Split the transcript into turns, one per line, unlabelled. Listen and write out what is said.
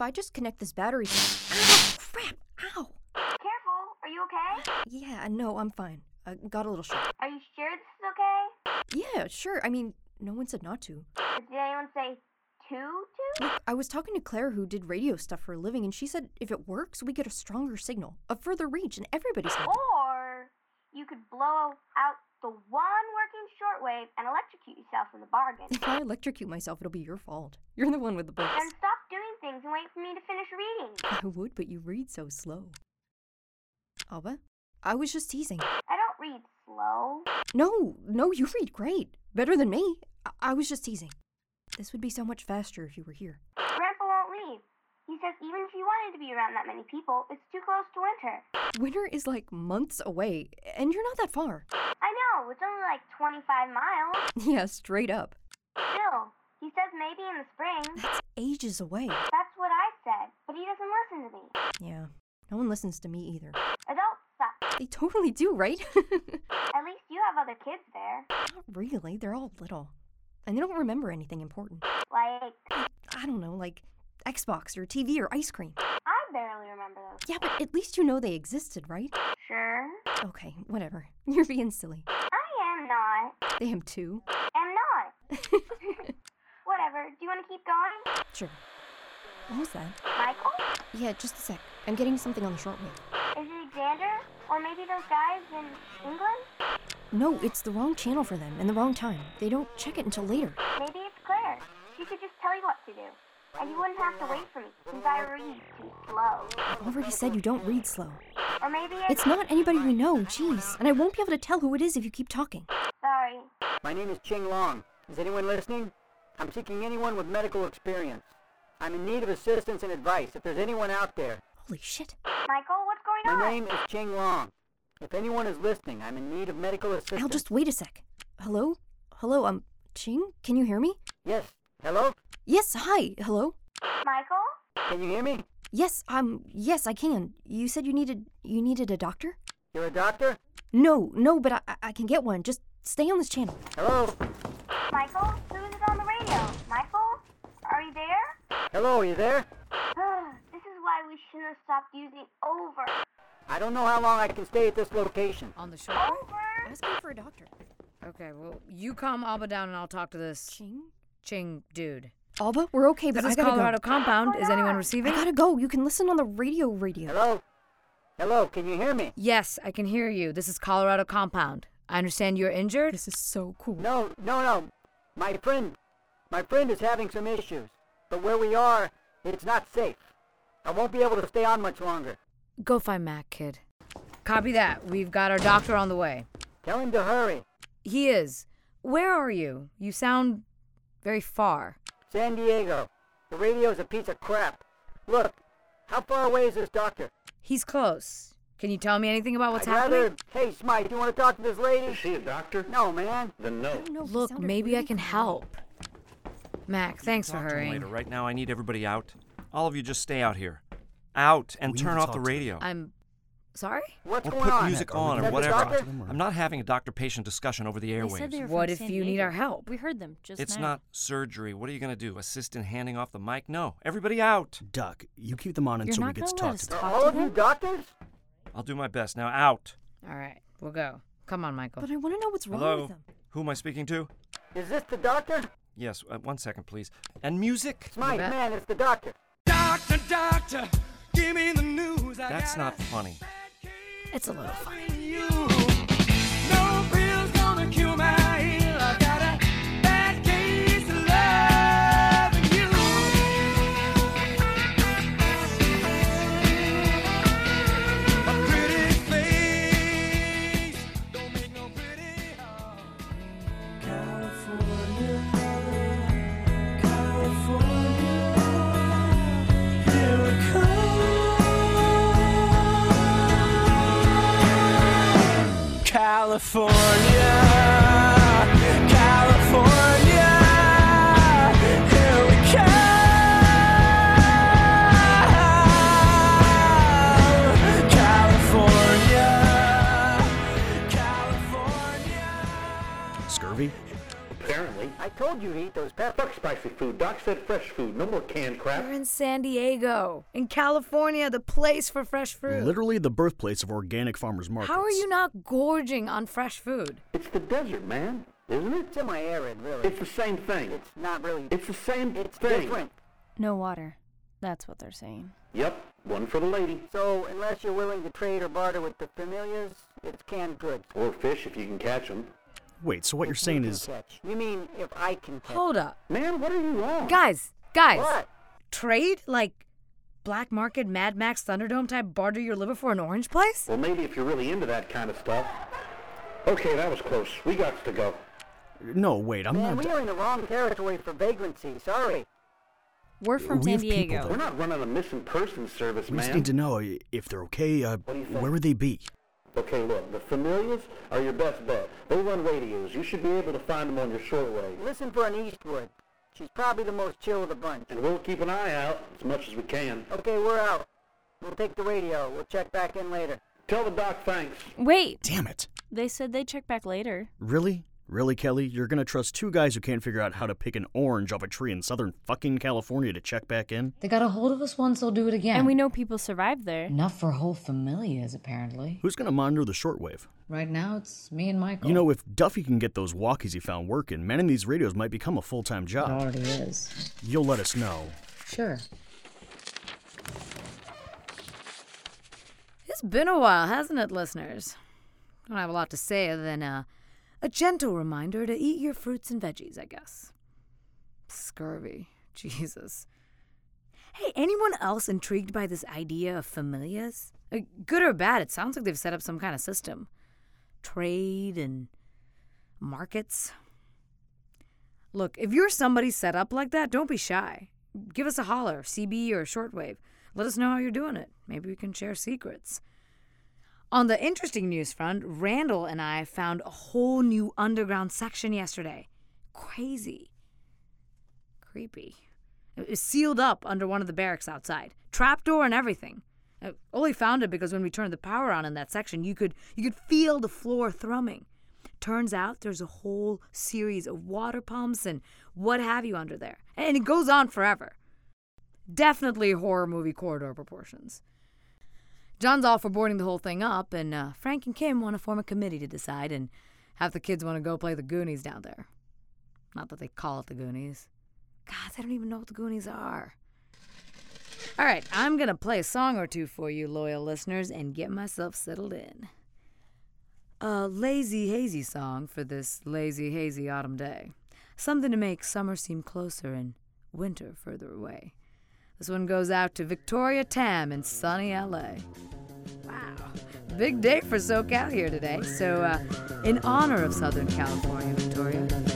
I just connect this battery to. Ow! Crap! Ow!
Careful, are you okay?
Yeah, no, I'm fine. I got a little shocked.
Are you sure this is okay?
Yeah, sure. I mean, no one said not to.
Did anyone say two two?
Look, I was talking to Claire, who did radio stuff for a living, and she said if it works, we get a stronger signal, a further reach, and everybody's happy.
Or you could blow out the one working shortwave and electrocute yourself in the bargain.
If I electrocute myself, it'll be your fault. You're the one with the books.
Then stop doing things and wait for me to finish reading.
I would, but you read so slow. Alba? I was just teasing.
I don't read slow.
No, no, you read great. Better than me. I, I was just teasing. This would be so much faster if you were here.
Grandpa won't leave. He says even if you wanted to be around that many people, it's too close to winter.
Winter is like months away, and you're not that far.
I know, it's only like 25 miles.
Yeah, straight up.
Still, he says maybe in the spring.
That's ages away.
That's what I said, but he doesn't listen to me.
Yeah, no one listens to me either.
Adults suck.
They totally do, right?
At least you have other kids there.
not really, they're all little. And they don't remember anything important.
Like,
I don't know, like Xbox or TV or ice cream.
I barely remember those.
Yeah, but at least you know they existed, right?
Sure.
Okay, whatever. You're being silly.
I am not.
They am too.
Am not. Whatever. Do you want to keep going?
sure. What was that?
Michael?
Yeah, just a sec. I'm getting something on the shortwave.
Is it Xander? Or maybe those guys in England?
No, it's the wrong channel for them and the wrong time. They don't check it until later.
Maybe it's Claire. She could just tell you what to do. And you wouldn't have to wait for me since I read too slow.
I've already said you don't read slow.
Or maybe it's.
It's not anybody we know, jeez. And I won't be able to tell who it is if you keep talking.
Sorry.
My name is Ching Long. Is anyone listening? I'm seeking anyone with medical experience. I'm in need of assistance and advice if there's anyone out there.
Holy shit.
Michael, what's going
My
on?
name is Ching Long. If anyone is listening, I'm in need of medical assistance.
Al, just wait a sec. Hello? Hello, um, Ching? Can you hear me?
Yes. Hello?
Yes, hi. Hello?
Michael?
Can you hear me?
Yes, um, yes, I can. You said you needed, you needed a doctor?
You're a doctor?
No, no, but I, I- I can get one. Just stay on this channel.
Hello?
Michael? Who is it on the radio? Michael? Are you there?
Hello, are you there?
this is why we shouldn't have stopped using over.
I don't know how long I can stay at this location.
On the short.
Over?
Asking for a doctor.
Okay, well, you calm Alba down and I'll talk to this
Ching?
Ching dude.
Alba, we're okay, but
This
I
is
gotta
Colorado
go.
Compound. Is anyone
I
receiving?
gotta go. You can listen on the radio radio.
Hello? Hello, can you hear me?
Yes, I can hear you. This is Colorado Compound. I understand you're injured.
This is so cool.
No, no, no. My friend, my friend is having some issues. But where we are, it's not safe. I won't be able to stay on much longer.
Go find Mac, kid. Copy that. We've got our doctor on the way.
Tell him to hurry.
He is. Where are you? You sound very far.
San Diego. The radio's a piece of crap. Look, how far away is this doctor?
He's close. Can you tell me anything about Oh, what's
I'd
happening?
rather. Hey, Smite, you want to talk to this lady?
Is she a doctor?
No, man.
Then no.
I don't know, he
Look,
sounded
maybe I
really
can
cool.
help. Mac, thanks for
Talk to him
hurrying.
Later. Right now, I need everybody out. All of you just stay out here. Out and
We need
turn
to
off
talk
the
to him.
radio.
I'm sorry?
What's
or
going
put
on?
music
Are we
on
Is
or
that
gonna
the
whatever.
talk to
doctor?
them or-
I'm not having a doctor patient discussion over the
They said
airwaves.
they were
What
from
if
San
you need
Diego.
our help?
We heard them just
it's
now.
not surgery. What are you going to do? Assist in handing off the mic? No. Everybody out.
Duck, you keep them on
You're
until we
not
get to
gonna let
talk
us
to
Are
them.
talk
all
to
of you
them?
doctors?
I'll do my best. Now, out.
All right, we'll go. Come on, Michael.
But I want to know what's wrong
Hello?
with him.
Who am I speaking to?
Is this the doctor?
Yes, uh, one second, please. And music?
Smite,
bet.
man, it's the doctor.
Doctor, doctor, give me the news. I
That's
got
not
a
funny.
It's a little funny.
bad case of you. No pill's gonna cure my ill. I got a bad case of loving you. A pretty face don't make no pretty heart. California, California, here it comes. California, California, here we come. California, California.
Scurvy?
Apparently.
I told you to eat those peppers.
Fuck spicy food. Doc said fresh food. No more canned crap.
We're in San Diego, in California, the place for fresh fruit.
Literally the birthplace of organic farmers markets.
How are you not gorging on fresh food?
It's the desert, man. Isn't it?
Semi-arid, really.
It's the same thing.
It's not really.
It's the same
It's
thing.
different.
No water. That's what they're saying.
Yep. One for the lady.
So unless you're willing to trade or barter with the familiars, it's canned goods.
Or fish if you can catch them.
Wait, so what you're
If you
saying
can
is
catch. You mean if I can catch?
Hold up.
Man, what are you on?
Oh. Guys, guys,
What?
trade? Like black market Mad Max Thunderdome type barter your liver for an orange place?
Well, maybe if you're really into that kind of stuff. Okay, that was close. We got to go.
No, wait, I'm
Man,
not
we are in the wrong territory for vagrancy. Sorry.
We're from
We
San
have people,
Diego.
We're not running a missing person service,
We
man.
just need to know i- if they're okay. Uh,
do you think?
where would they be?
Okay, look, the familiars are your best bet. They run radios. You should be able to find them on your shortwave.
Listen for an Eastwood. She's probably the most chill of the bunch.
And we'll keep an eye out as much as we can.
Okay, we're out. We'll take the radio. We'll check back in later.
Tell the doc thanks.
Wait,
Damn it!
they said they'd check back later.
Really, really, Kelly? You're gonna trust two guys who can't figure out how to pick an orange off a tree in southern fucking California to check back in?
They got a hold of us once, they'll do it again.
And we know people survived there.
Enough for whole familias, apparently.
Who's gonna monitor the shortwave?
Right now, it's me and Michael.
You know, if Duffy can get those walkies he found working, manning these radios might become a full-time
it
job.
already is.
You'll let us know.
Sure.
It's been a while, hasn't it, listeners? Don't have a lot to say other than uh, a gentle reminder to eat your fruits and veggies, I guess. Scurvy. Jesus. Hey, anyone else intrigued by this idea of familias? Uh, Good or bad, it sounds like they've set up some kind of system. Trade and markets. Look, if you're somebody set up like that, don't be shy. Give us a holler, CB or shortwave. Let us know how you're doing it. Maybe we can share secrets. On the interesting news front, Randall and I found a whole new underground section yesterday. Crazy. Creepy. It was sealed up under one of the barracks outside. Trapdoor and everything. I only found it because when we turned the power on in that section, you could you could feel the floor thrumming. Turns out there's a whole series of water pumps and what have you under there. And it goes on forever. Definitely horror movie corridor proportions. John's all for boarding the whole thing up, and uh, Frank and Kim want to form a committee to decide, and half the kids want to go play the Goonies down there. Not that they call it the Goonies. God, they don't even know what the Goonies are. All right, I'm going to play a song or two for you, loyal listeners, and get myself settled in a lazy, hazy song for this lazy, hazy autumn day. Something to make summer seem closer and winter further away. This one goes out to Victoria Tam in sunny LA. Wow. Big day for SoCal here today. So, uh, in honor of Southern California, Victoria,